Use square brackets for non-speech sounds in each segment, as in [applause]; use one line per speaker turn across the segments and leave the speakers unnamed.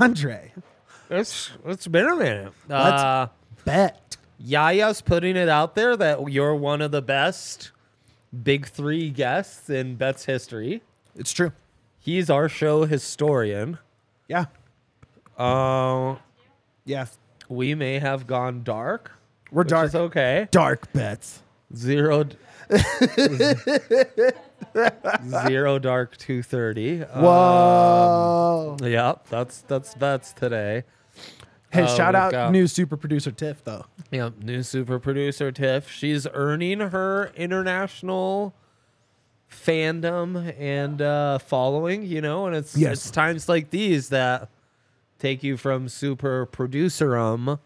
Andre,
It's it's been a minute.
Let's-
Uh,
bet.
Yaya's putting it out there that you're one of the best big three guests in Bet's history.
It's true.
He's our show historian.
Yeah.
Uh,
Yeah.
we may have gone dark.
We're
which
dark.
is okay.
Dark bets.
Zero. d- [laughs] zero dark two thirty. Uh,
Whoa.
Yep, that's that's that's today.
hey,
oh,
shout
we've
out
got-
new super producer Tiff, though.
Yep, new super producer Tiff. She's earning her international fandom and uh, following, you know, and it's
Yes.
it's times like these that take you from super producerum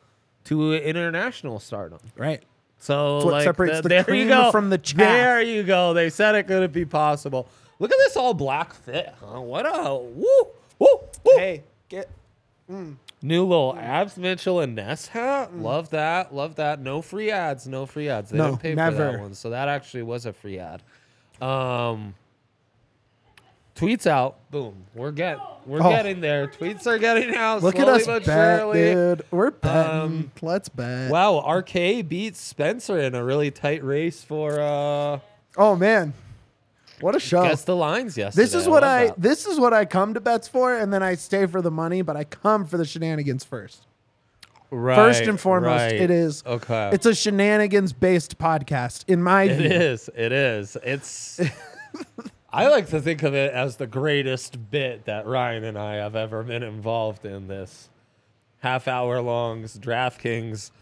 to international stardom.
Right.
So
It's what
like,
separates the
there
cream
you go.
from the chaff.
There you go. They said it couldn't be possible. Look at this all black fit. Huh? What a woo woo woo.
Hey, get.
New little
Mm.
abs, Mitchell and Ness hat. Love that. Love that. No free ads. No free ads. They
No,
didn't pay for
never.
that one. So that actually was a free ad. Um, tweets out. Boom. We're get. We're
Oh.
getting there. Tweets are getting out.
Look at
slowly
us
but
bet,
surely.
dude. We're betting.
Um,
Let's bet.
Wow, RK beats Spencer in a really tight race for uh
oh man, what a show!
guess the lines yesterday.
Oh. This is what
love
I
that.
this is what I come to bets for, and then I stay for the money, but I come for the shenanigans first. first and
Right,
foremost,
right.
it is
okay.
It's a shenanigans based podcast, in my
It
view.
is. It is. It's. [laughs] I like to think of it as the greatest bit that Ryan and I have ever been involved in this half hour longs DraftKings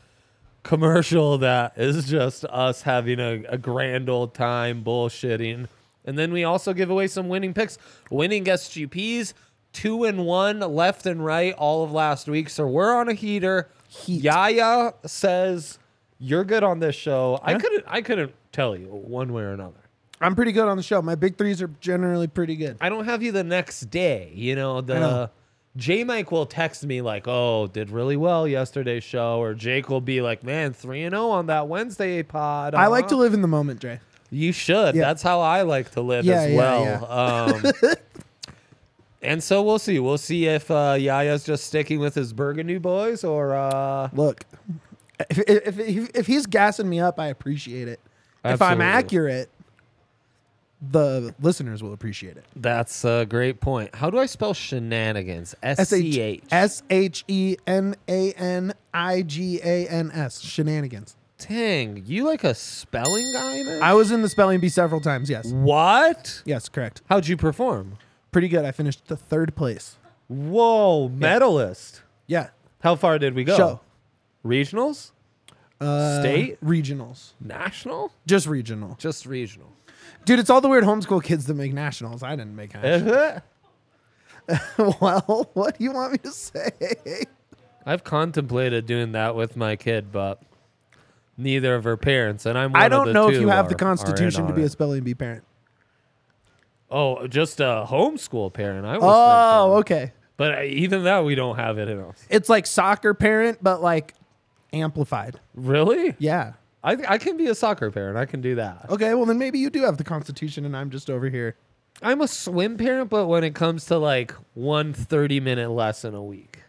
commercial that is just us having a, a grand old time bullshitting. And then we also give away some winning picks, winning SGPs, two and one left and right all of last week. So we're on a heater. Yaya says you're good on this show. I couldn't I couldn't tell you one way or another.
I'm pretty good on the show. My big threes are generally pretty good.
I don't have you the next day. You know, the
know.
J Mike will text me like, "Oh, did really well yesterday's show," or Jake will be like, "Man, three and zero on that Wednesday pod."
I like to
uh-huh."
live in the moment, Dre.
You should.
Yeah.
That's how I like to live
Yeah,
as
yeah,
well.
[laughs]
Um, and so we'll see. We'll see if uh, Yaya's just sticking with his Burgundy boys or. Uh,
Look, if, if, if, if he's gassing me up, I appreciate it. If I'm
Absolutely.
accurate, the listeners will appreciate it.
that's a great point. How do I spell shenanigans? S C H.
S H E N A N I G A N S. Shenanigans.
Dang, you like a spelling guy, man?
I was in the spelling bee several times. Yes.
what?
Yes, correct.
How'd you perform?
Pretty good. I finished the third place.
Whoa, medalist.
Yeah.
How far did we go?
Show.
Regionals?
Uh,
State?
regionals.
National?
Just regional.
Just regional.
Dude, it's all the weird homeschool kids that make nationals. I didn't make nationals.
I
[laughs] well, what do you want me to say?
have contemplated doing that with my kid, but neither of her parents, and I'm. One
I
of
the
the
don't know if
two
you have
are-
the
are in
constitution to
on
be a
it.
spelling bee parent.
Oh, just a homeschool parent. I was.
Oh, okay.
But uh, even that, we don't have it in us.
It's like soccer parent, but like amplified.
Really?
Yeah.
I, I can be a soccer parent. I can do that.
Okay, well then maybe you do have the Constitution, and I'm just over here.
I'm a swim parent, but when it comes to like one 30 minute lesson a week.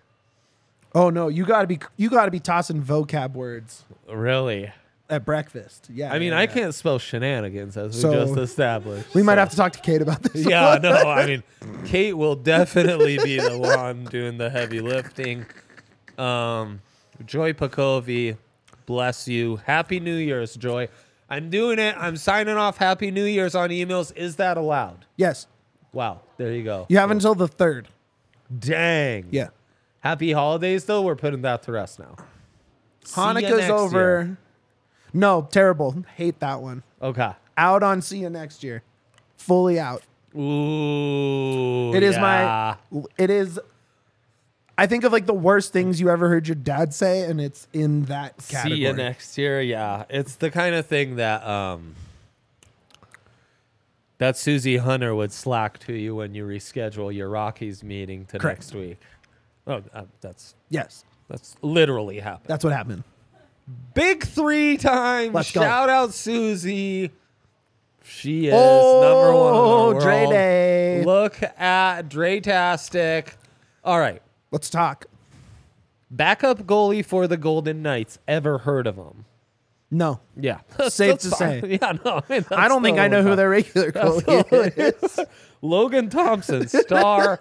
Oh no, you gotta be you gotta be tossing vocab words
Really?
at breakfast. Yeah.
I mean,
yeah,
I
yeah.
can't spell shenanigans, as we
So-
just established.
We might
so-
have to talk to Kate about this.
Yeah, no, I mean, Kate will definitely be the one doing the heavy lifting. Um, Joy Pakovi, bless you. Happy New Year's, Joy. I'm doing it. I'm signing off. Happy New Year's on emails. Is that allowed?
[laughs] Yes.
Wow, there you go.
You have until the third.
Dang.
Yeah.
Happy holidays, though. We're putting that to rest now. See ya
Hanukkah's
next
over.
year.
No, terrible. Hate that one.
Okay.
Out on see you next year. Fully out.
Ooh.
It is
Oh, yeah.
my it is I think of like the worst things you ever heard your dad say, and it's in that category.
See you next year. Yeah, it's the kind of thing that um that Susie Hunter would slack to you when you reschedule your Rockies meeting to
Correct.
next week. Oh, uh, that's
Yes.
that's literally happened.
That's what happened.
Big three time.
Let's go.
Shout out Susie. She is
Oh,
number one. In
Dre
the world.
Day.
Look at Dre Tastic. All right.
Let's talk.
Backup goalie for the Golden Knights. Ever heard of him?
No.
Yeah.
Safe
[laughs] That's
to
fine.
say.
[laughs] Yeah, no. I, mean,
I
that's
don't think I
totally
know who
[laughs]
their regular goalie is.
fine. Logan Thompson, [laughs] star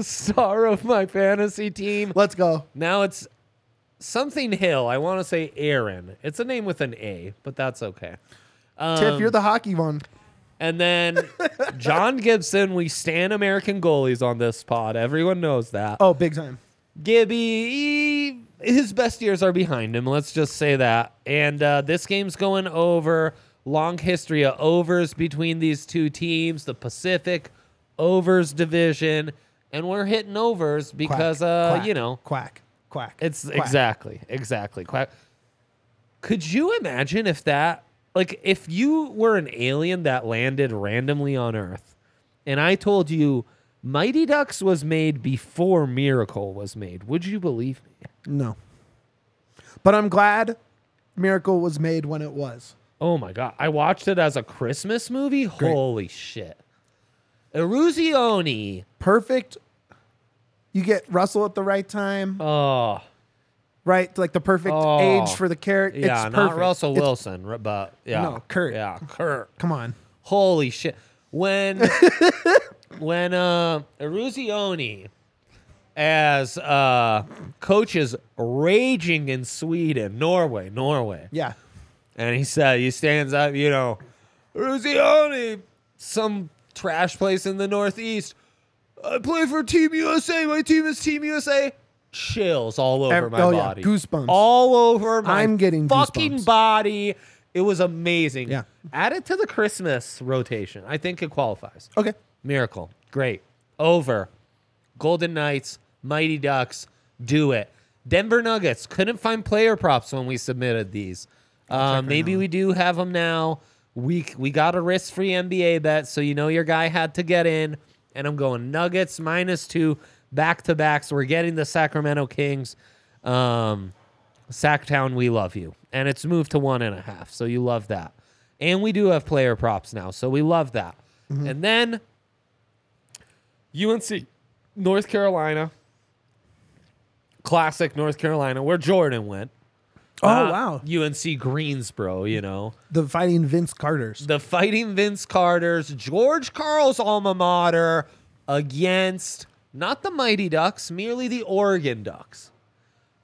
star of my fantasy team.
Let's go.
Now it's something Hill. I want to say Aaron. It's a name with an A, but that's okay.
Tiff,
Um,
you're the hockey one.
And [laughs] then John Gibson, we stand American goalies on this pod. Everyone knows that.
Oh, big time.
Gibby, he- his best years are behind him. Let's just say that. And uh, this game's going over. Long history of overs between these two teams, the Pacific overs division, and we're hitting overs
Quack,
because, uh,
quack,
you know,
quack, quack.
it's
quack.
exactly, exactly. Quack. Could you imagine if that, like, if you were an alien that landed randomly on Earth, and I told you Mighty Ducks was made before Miracle was made? Would you believe me?
No. But I'm glad Miracle was made when it was.
Oh my god! I watched it as a Christmas movie. Holy shit! Eruzioni.
Perfect. You get Russell at the right time,
Oh,
right? Like the perfect
Oh.
age for the character.
yeah,
it's
not
perfect.
Russell
It's-
Wilson, r- but yeah,
No, Kurt.
Yeah, Kurt.
come on.
Holy shit. When when uh Eruzioni as uh coaches raging in Sweden, Norway, Norway.
Yeah.
And he said he stands up, you know, Ruzioni, some trash place in the northeast. I play for Team USA. My team is Team USA. Chills all over
Ev-
my
oh, yeah.
body.
Goosebumps.
All over my
I'm getting
fucking
goosebumps.
body. It was amazing.
Yeah.
Add it to the Christmas rotation. I think it qualifies.
Okay.
Miracle. Great. Over. Golden Knights, Mighty Ducks, do it. Denver Nuggets couldn't find player props when we submitted these. Uh, maybe we do have them now. We we got a risk free NBA bet, so you know your guy had to get in. And I'm going Nuggets minus two back to backs. We're getting the Sacramento Kings. Um, Sacktown, we love you. And it's moved to one and a half. So you love that. And we do have player props now. So we love that. And then UNC, North Carolina. Classic North Carolina, where Jordan went.
Oh,
Uh,
wow.
UNC Greensboro, you know.
The fighting Vince Carter's.
The fighting Vince Carter's, George Carl's alma mater against not the Mighty Ducks, merely the Oregon Ducks.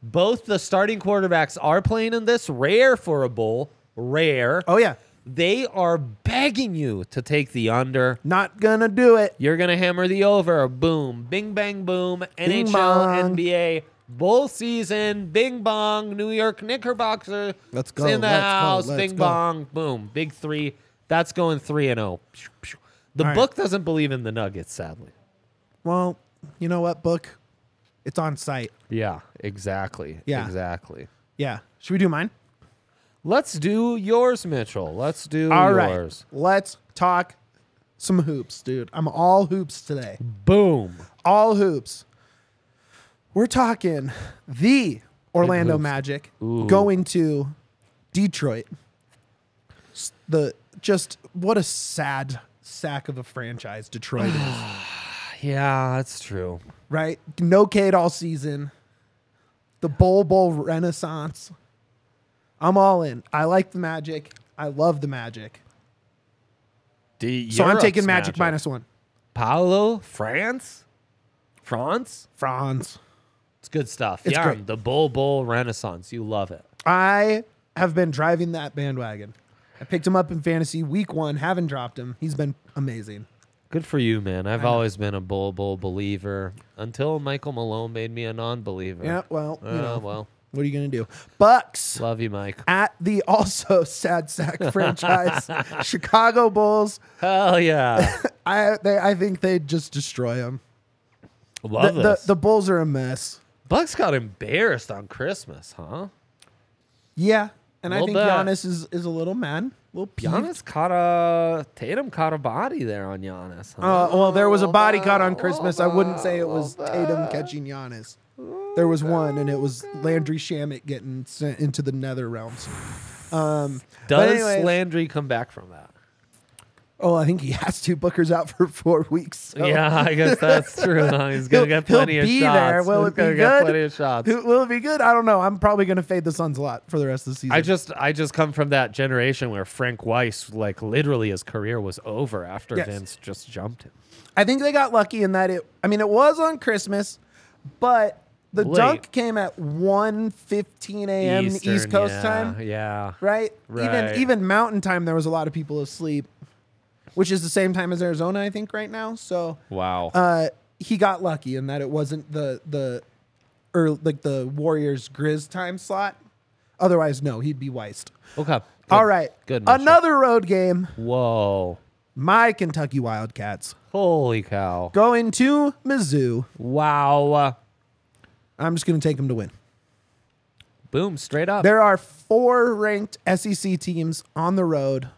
Both the starting quarterbacks are playing in this. Rare for a bowl. Rare.
Oh, yeah.
They are begging you to take the under.
Not gonna do it.
You're going to hammer the over. Boom. Bing, bang, boom. NHL,
bong.
NBA. Bowl season. Bing, bong. New York Knickerbockers.
Let's
in
go,
the
let's go,
house.
let's
Bing,
go.
bong. Boom. Big three. That's going 3 and 0. The
All right.
book doesn't believe in the Nuggets, sadly.
Well, you know what, book? It's on site.
Yeah, exactly.
Yeah.
Exactly.
Yeah. Should we do mine?
Let's do yours, Mitchell. Let's do
All right.
yours.
Let's talk some hoops, dude. I'm all hoops today.
Boom.
All hoops. We're talking the Orlando Magic going to Detroit. S- The just what a sad sack of a franchise Detroit is,
Yeah, that's true.
right? No Cade all season. The Bowl Bowl Renaissance. I'm all in. I like the Magic. I love the Magic.
D-
So I'm
Europe's
taking Magic, minus one.
Paolo, France, France.
Franz.
It's good stuff.
It's
yeah,
great.
the Bull Bull Renaissance. You love it.
I have been driving that bandwagon. I picked him up in fantasy week one, haven't dropped him. He's been amazing.
Good for you, man. I've always been a Bull Bull believer until Michael Malone made me a non-believer.
Yeah, well, you
Oh,
know,
well.
what are you going to do? Bucks
Love you, Mike.
at the also [laughs] sad sack franchise, Chicago Bulls.
[laughs] Hell yeah.
I they I think they just destroy them.
[laughs]
The,
Love
the,
this.
the Bulls are a mess.
Bucks got embarrassed on Christmas, huh?
Yeah, and I
Little
think
bit.
Giannis is, is a little man, little peeved.
Giannis caught a Tatum caught a body there on Giannis. Huh?
Uh, well, there was a body caught on Christmas. I wouldn't say it was Tatum catching Giannis. There was one, and it was Landry Shamit getting sent into the nether realms. Um,
Does
anyways-
Landry come back from that?
oh, I think he has two Booker's out for four weeks. so
Yeah, I guess that's true. huh? He's gonna
he'll-
get plenty
he'll
of
be
shots.
There. Will
He's
it be
gonna
good?
get plenty of shots.
Who- Will it be good? I don't know. I'm probably going to fade the Suns a lot for the rest of the season.
I just I just come from that generation where Frank Weiss, like literally his career was over after
Yes.
Vince just jumped him.
I think they got lucky in that it. I mean, it was on Christmas, but the
Late.
dunk came at 1.15 a.m. East
Eastern,
Coast
yeah,
time.
Yeah.
right?
Right.
Even even mountain time, there was a lot of people asleep, which is the same time as Arizona, I think, right now. So
Wow.
uh, he got lucky in that it wasn't the the or like the Warriors Grizz time slot. Otherwise, no, he'd be wised.
okay. Good.
All right,
Good. Mitchell.
Another road game.
Whoa.
My Kentucky Wildcats
Holy cow.
going to Mizzou.
Wow.
I'm just going to take them to win.
Boom. Straight up.
There are four ranked SEC teams on the road.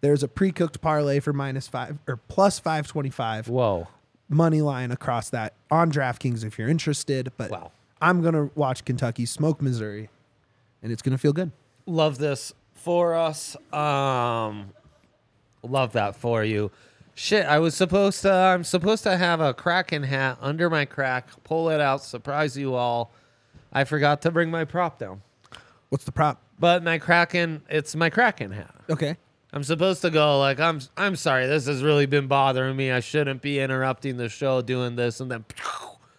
There's a pre-cooked parlay for minus five or plus five twenty-five.
Whoa.
money line across that on DraftKings if you're interested. But
Wow.
I'm gonna watch Kentucky smoke Missouri, and it's gonna feel good.
love this for us. Um, love that for you. Shit, I was supposed to. I'm supposed to have a Kraken hat under my crack. Pull it out, surprise you all. I forgot to bring my prop down,
What's the prop?
but my Kraken. It's my Kraken hat.
Okay.
I'm supposed to go like I'm. I'm sorry. This has really been bothering me. I shouldn't be interrupting the show doing this, and then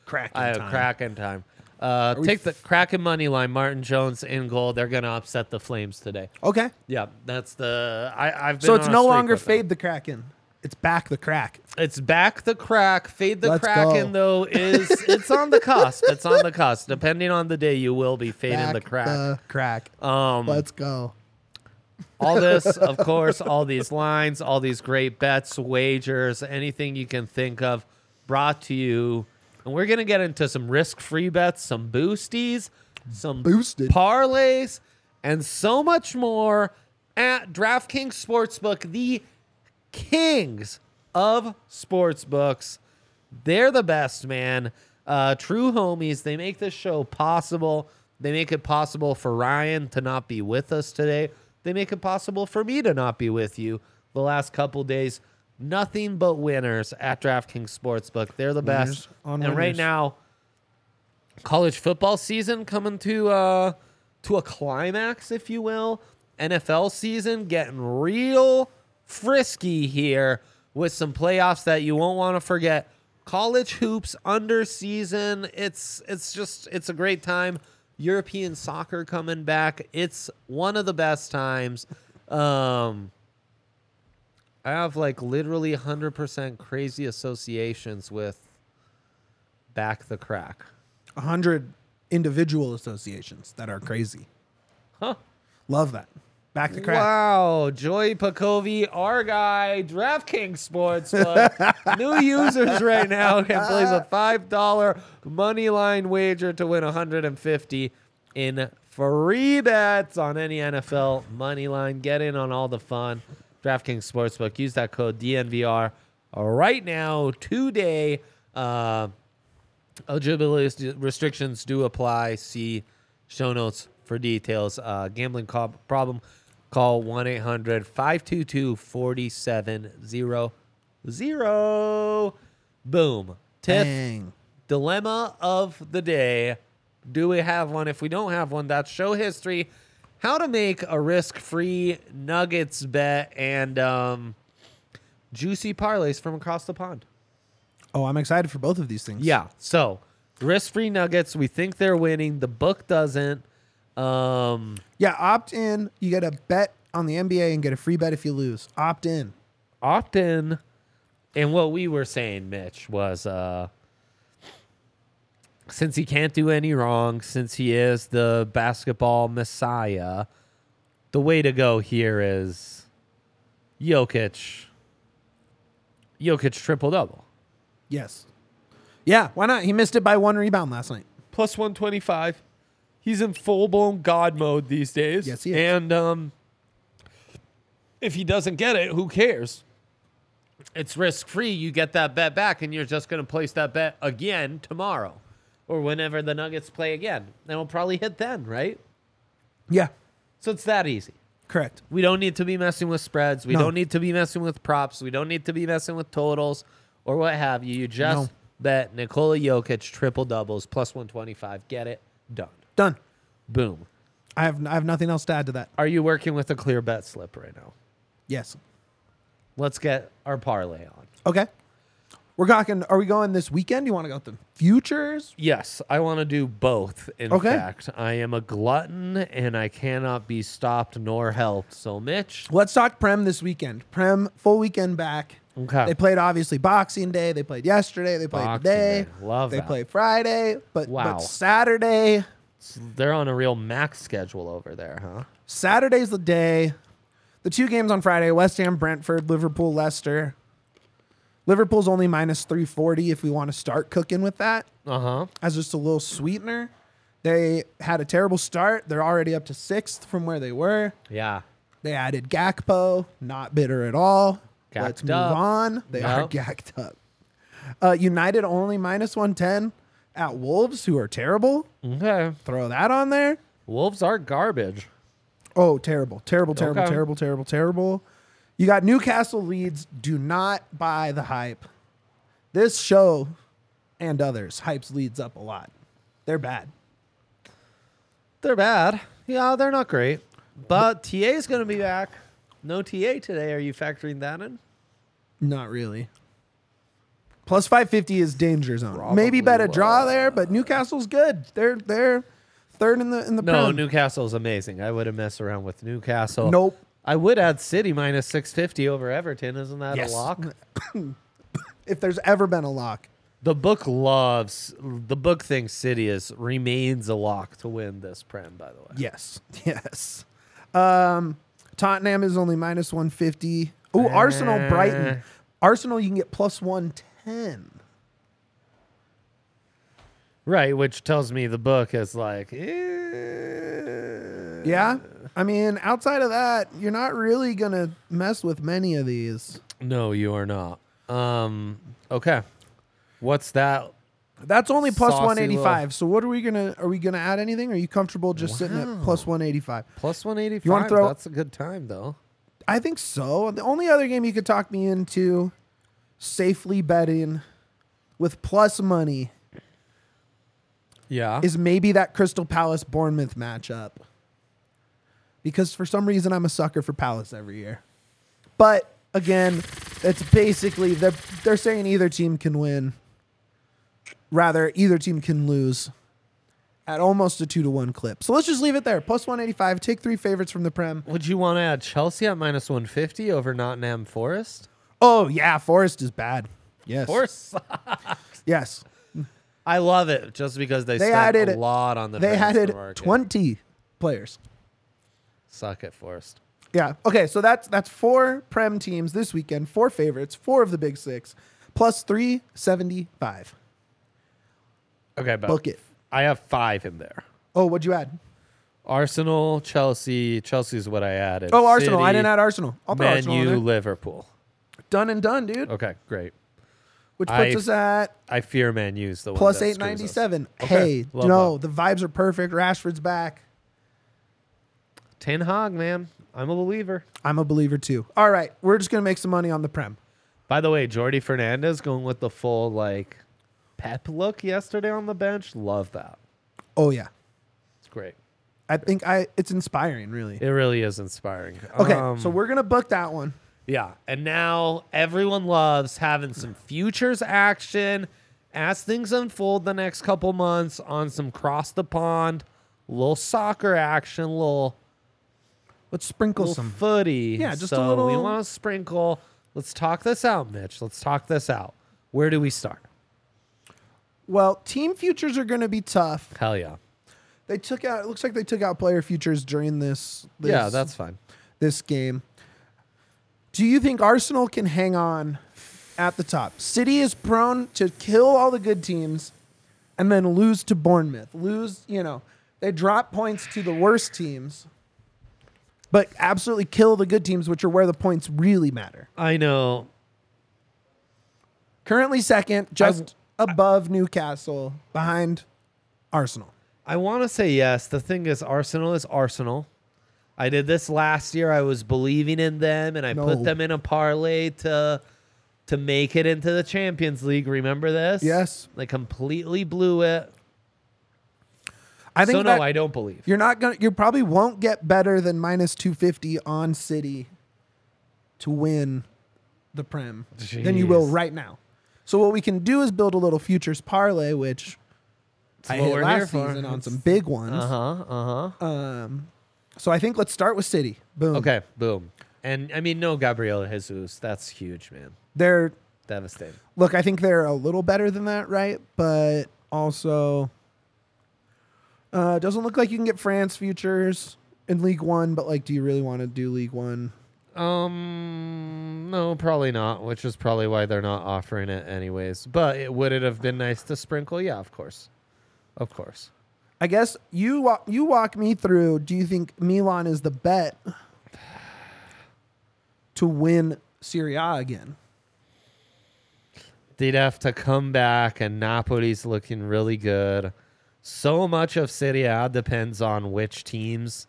Kraken
I have
time.
Kraken time. Uh, take the Kraken money line. Martin Jones in goal. They're gonna upset the Flames today.
Okay.
Yeah, that's the I, I've been.
So it's
on a
no
streak
longer
with them.
fade the Kraken. It's back the crack.
It's back the crack. Fade the
Let's
Kraken though
go.
is it's on the cusp. It's on the cusp. Depending on the day, you will be fading
Back
the crack.
The crack.
um,
Let's go.
all this, of course, all these lines, all these great bets, wagers, anything you can think of, brought to you. And we're gonna get into some risk-free bets, some boosties, some
Boosted.
parlays, and so much more at DraftKings Sportsbook, the kings of sportsbooks. They're the best, man. Uh, true homies. They make this show possible. They make it possible for Ryan to not be with us today. They make it possible for me to not be with you the last couple days. Nothing but winners at DraftKings Sportsbook. They're the
Winners
best.
on
And right
winners.
now, college football season coming to uh to a climax, if you will. NFL season getting real frisky here with some playoffs that you won't want to forget. College hoops under season. It's it's just it's a great time. European soccer coming back. It's one of the best times. Um I have like literally 100% crazy associations with back the crack.
A hundred individual associations that are crazy.
Huh.
Love that. Back the crack.
Wow, Joy Pacovi, our guy, DraftKings Sportsbook. New users right now can place a $5 money line wager to win 150 in free bets on any NFL money line. Get in on all the fun. DraftKings Sportsbook. Use that code DNVR right now, today. Uh, Eligibility restrictions do apply. See show notes for details. Uh, gambling co- problem, call 1 800 522 4700. Boom. Tiff,
Dang.
dilemma of the day. Do we have one? If we don't have one, that's show history. How to make a risk free Nuggets bet and um, juicy parlays from across the pond.
Oh, I'm excited for both of these things.
Yeah. So risk free nuggets. We think they're winning. The book doesn't. Um,
Yeah, opt in. You get a bet on the NBA and get a free bet if you lose. Opt in.
opt in. And what we were saying, Mitch, was uh, since he can't do any wrong, since he is the basketball messiah, the way to go here is Jokic. Jokic triple double.
Yes. Yeah, why not? He missed it by one rebound last night.
plus 125. He's in full blown God mode these days.
Yes, he is.
And um, if he doesn't get it, who cares? It's risk free. You get that bet back, and you're just going to place that bet again tomorrow or whenever the Nuggets play again. And it'll probably hit then, right?
Yeah,
So it's that easy.
correct.
We don't need to be messing with spreads. We
No.
don't need to be messing with props. We don't need to be messing with totals or what have you. You just
No.
bet Nikola Jokic triple doubles plus 125. Get it done.
Done.
Boom.
I have I have nothing else to add to that.
Are you working with a clear bet slip right now?
Yes.
Let's get our parlay on.
Okay. We're talking. Are we going this weekend? You want to go with the futures?
Yes, I want to do both. In
Okay.
fact, I am a glutton and I cannot be stopped nor helped. So, Mitch,
Let's talk Prem this weekend. Prem full weekend back.
Okay.
They played obviously Boxing Day. They played yesterday. They played
Boxing
today.
Day. Love
They
that.
play Friday, but
Wow.
but Saturday.
they're on a real max schedule over there, huh?
Saturday's the day. The two games on Friday: West Ham, Brentford, Liverpool, Leicester. Liverpool's only minus three forty. If we want to start cooking with that,
Uh huh.
as just a little sweetener. They had a terrible start. They're already up to sixth from where they were.
Yeah.
They added Gakpo, not bitter at all.
Gacked
Let's move
up.
on. They are
Nope.
gacked up. Uh, United only minus 110 at Wolves, who are terrible.
Mm. Okay.
Throw that on there.
Wolves are garbage.
Oh, terrible, terrible, terrible,
Okay.
terrible, terrible, terrible. You got Newcastle leads. Do not buy the hype. This show and others hypes leads up a lot. They're bad.
They're bad. Yeah, they're not great. But TA is going to be back. No TA today. Are you factoring that in?
Not really. Plus 550 is danger zone. Maybe bet a draw there, but Newcastle's good. They're they're third in the in the
No,
Prem.
Newcastle's amazing. I wouldn't mess around with Newcastle.
Nope.
I would add City minus 650 over Everton. Isn't that
Yes.
a lock?
[coughs] If there's ever been a lock,
The book loves, the book thinks City is, remains a lock to win this Prem, by the way.
yes, [laughs] yes. Um, Tottenham is only minus 150. Oh, Arsenal, Brighton. Arsenal, you can get plus 110.
Right, which tells me the book is like, eh.
Yeah, I mean, outside of that, you're not really gonna mess with many of these.
No, you are not. Um, okay. What's that?
That's only plus
Saucy
185. So what are we gonna? Are we gonna add anything? Are you comfortable just sitting at plus 185?
Plus 185.
wanna throw-
That's a good time, though.
I think so. The only other game you could talk me into safely betting with plus money
Yeah.
is maybe that Crystal Palace Bournemouth matchup. Because for some reason I'm a sucker for Palace every year. But again, it's basically they're they're saying either team can win. Rather, either team can lose at almost a two to one clip. So let's just leave it there. Plus one eighty five, take three favorites from the Prem.
Would you want to add Chelsea at minus 150 over Nottingham
[laughs]
Forest?
Oh yeah, Forest is bad. Yes.
Forest.
Yes.
I love it just because they,
They
spent
added
a lot on the
they
transfer
added
market.
20 players.
Suck at Forest.
Yeah. Okay. So that's that's four prem teams this weekend. Four favorites. Four of the big six, plus three seventy five.
Okay, but
Book it.
I have five in there.
Oh, what'd you add?
Arsenal, Chelsea. Chelsea's what I added.
Oh, Arsenal. I
City,
didn't add Arsenal. I'll throw
Man
Arsenal in
U,
there.
Liverpool.
Done and done, dude.
Okay, great.
which puts
I-
us at
I fear Man U's the one
plus
that screws us.
897. Hey,
Love
no, the vibes are perfect. Rashford's back.
Ten Hog, man. I'm a believer.
I'm a believer too. All right, we're just gonna make some money on the prem.
By the way, Jordy Fernandez going with the full like pep look yesterday on the bench. Love that.
Oh yeah,
It's great.
I think I. It's inspiring, really.
It really is inspiring.
Okay,
Um,
so we're gonna book that one.
yeah, and now everyone loves having some futures action as things unfold the next couple months on some cross the pond, little soccer action, little
Let's sprinkle
little
some.
footy.
Yeah, just a
So We
little-
want to sprinkle. Let's talk this out, Mitch. Let's talk this out. Where do we start?
well, team futures are gonna be tough.
Hell yeah.
They took out. It looks like they took out player futures during this. this
Yeah, that's fine.
this game. Do you think Arsenal can hang on at the top? City is prone to kill all the good teams and then lose to Bournemouth. Lose, you know, they drop points to the worst teams, but absolutely kill the good teams, which are where the points really matter.
I know.
Currently second, just above Newcastle, behind Arsenal.
I want to say yes. The thing is, Arsenal is Arsenal. I did this last year. I was believing in them, and I
No.
put them in a parlay to to make it into the Champions League. Remember this?
Yes.
They completely blew it.
I think
so
that
no, I don't believe.
you're not gonna you probably won't get better than minus 250 on city to win the prem than you will
Jeez.
right now so what we can do is build a little futures parlay which i
what
hit
we're
last
here for.
season on some big ones
Uh huh. Uh huh.
so i think let's start with city boom
Okay. Boom. And I mean, no, Gabriel Jesus. That's huge, man.
they're
Devastating.
look i think they're a little better than that right but also uh doesn't look like you can get france futures in league one but like do you really want to do league one
Um, no, probably not. Which is probably why they're not offering it, anyways. But it, would it have been nice to sprinkle? Yeah, of course, of course.
I guess you walk you walk me through. Do you think Milan is the bet to win Serie A again?
They'd have to come back, and Napoli's looking really good. So much of Serie A depends on which teams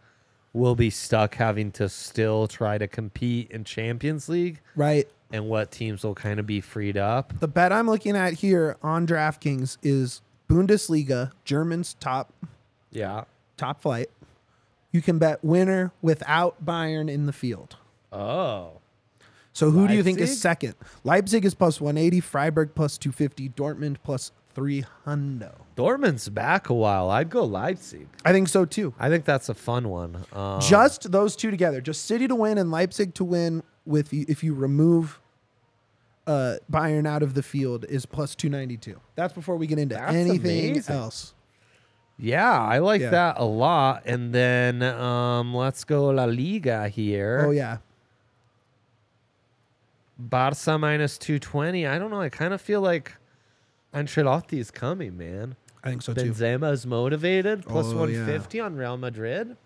will be stuck having to still try to compete in Champions League,
Right.
and what teams will kind of be freed up.
The bet I'm looking at here on DraftKings is Bundesliga, German's top
Yeah.
top flight. You can bet winner without Bayern in the field.
Oh.
So who do you think is
Leipzig?
second? Leipzig is plus 180, Freiburg plus 250, Dortmund plus 300.
Dortmund's back a while. I'd go Leipzig.
I think so too.
I think that's a fun one. Um,
just those two together, just City to win and Leipzig to win with you, if you remove uh, Bayern out of the field is plus 292. That's before we get into
That's
anything
amazing.
else.
yeah, I like
Yeah.
that a lot. And then um, let's go La Liga here.
Oh yeah.
Barca minus 220. I don't know. I kind of feel like Ancelotti is coming, man.
I think so too.
Benzema is motivated. Plus
Oh,
150 on Real Madrid.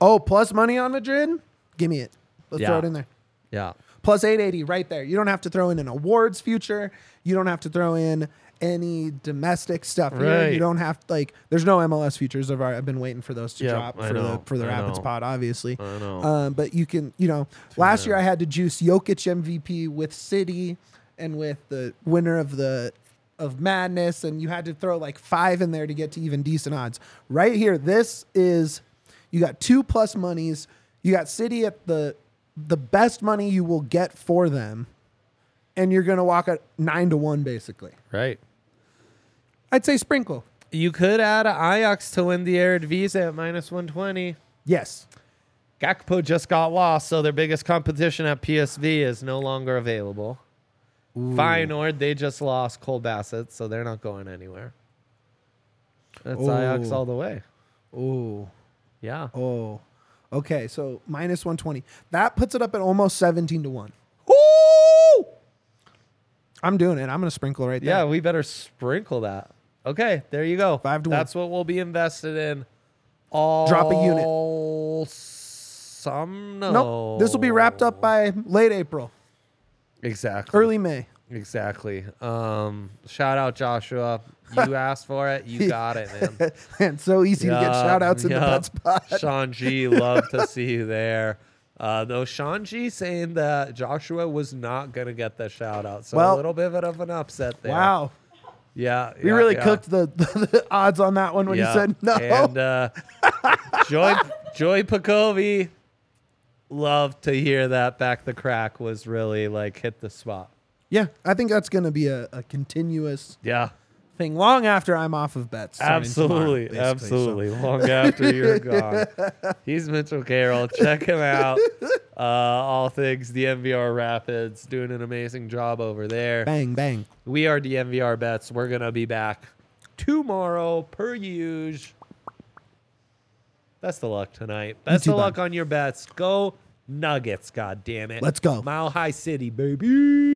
Oh, plus money on Madrid? Give me it. Let's throw
Yeah.
it in there.
Yeah.
Plus 880 right there. You don't have to throw in an awards future. You don't have to throw in any domestic stuff. here. You,
Right.
don't have like there's no MLS features of our I've been waiting for those to
Yeah,
drop
I
for the
know,
for the
I
Rapids
know.
pod obviously.
I know.
Um, but you can, you know, last year I had to juice Jokic MVP with City and with the winner of the of Madness, and you had to throw like five in there to get to even decent odds. Right here, this is you got two plus monies. You got City at the the best money you will get for them, and you're gonna walk at nine to one basically.
Right.
I'd say sprinkle.
You could add Ajax to win the Air Visa at minus 120.
Yes.
Gakpo just got lost, so their biggest competition at PSV is no longer available. Feyenoord, they just lost Cole Bassett, so they're not going anywhere. That's Ajax
Ooh.
all the way.
Ooh.
Yeah.
Oh. Okay, so minus 120. That puts it up at almost 17 to 1.
Ooh!
I'm doing it. I'm going to sprinkle right
Yeah,
there.
we better sprinkle that. Okay, there you go.
Five to one.
That's what we'll be invested in. All
Drop a unit.
Some no.
Nope. This will be wrapped up by late April,
exactly
early May. [laughs]
Exactly. Um, shout out
[laughs]
Joshua. You asked for it. You got it, man.
and so easy to get
Yup,
shout outs in the
yup.
butt
[laughs]
spot.
Sean G, love to see you there. Uh, though Sean G saying that Joshua was not going to get the shout out. So a
Well-
little bit of an upset there.
Wow.
Yeah.
We
yeah,
really
yeah.
cooked the, [laughs] the, the odds on that one when
Yeah.
you said no.
And uh, Joy, Joy Pacovi, love to hear that back the crack was really like hit the spot.
yeah, I think that's going to be a, a continuous
Yeah.
thing long after I'm off of bets. starting tomorrow,
Absolutely,
basically, so.
absolutely. Long after [laughs] you're gone, he's Mitchell Carroll. Check him out. Uh, all things DMVR Rapids doing an amazing job over there.
Bang, bang.
We are DMVR Bets. We're gonna be back tomorrow, per usual. Best of luck tonight. Best
too,
of
bud.
luck on your bets. Go Nuggets, god damn it.
Let's go.
Mile High City, baby.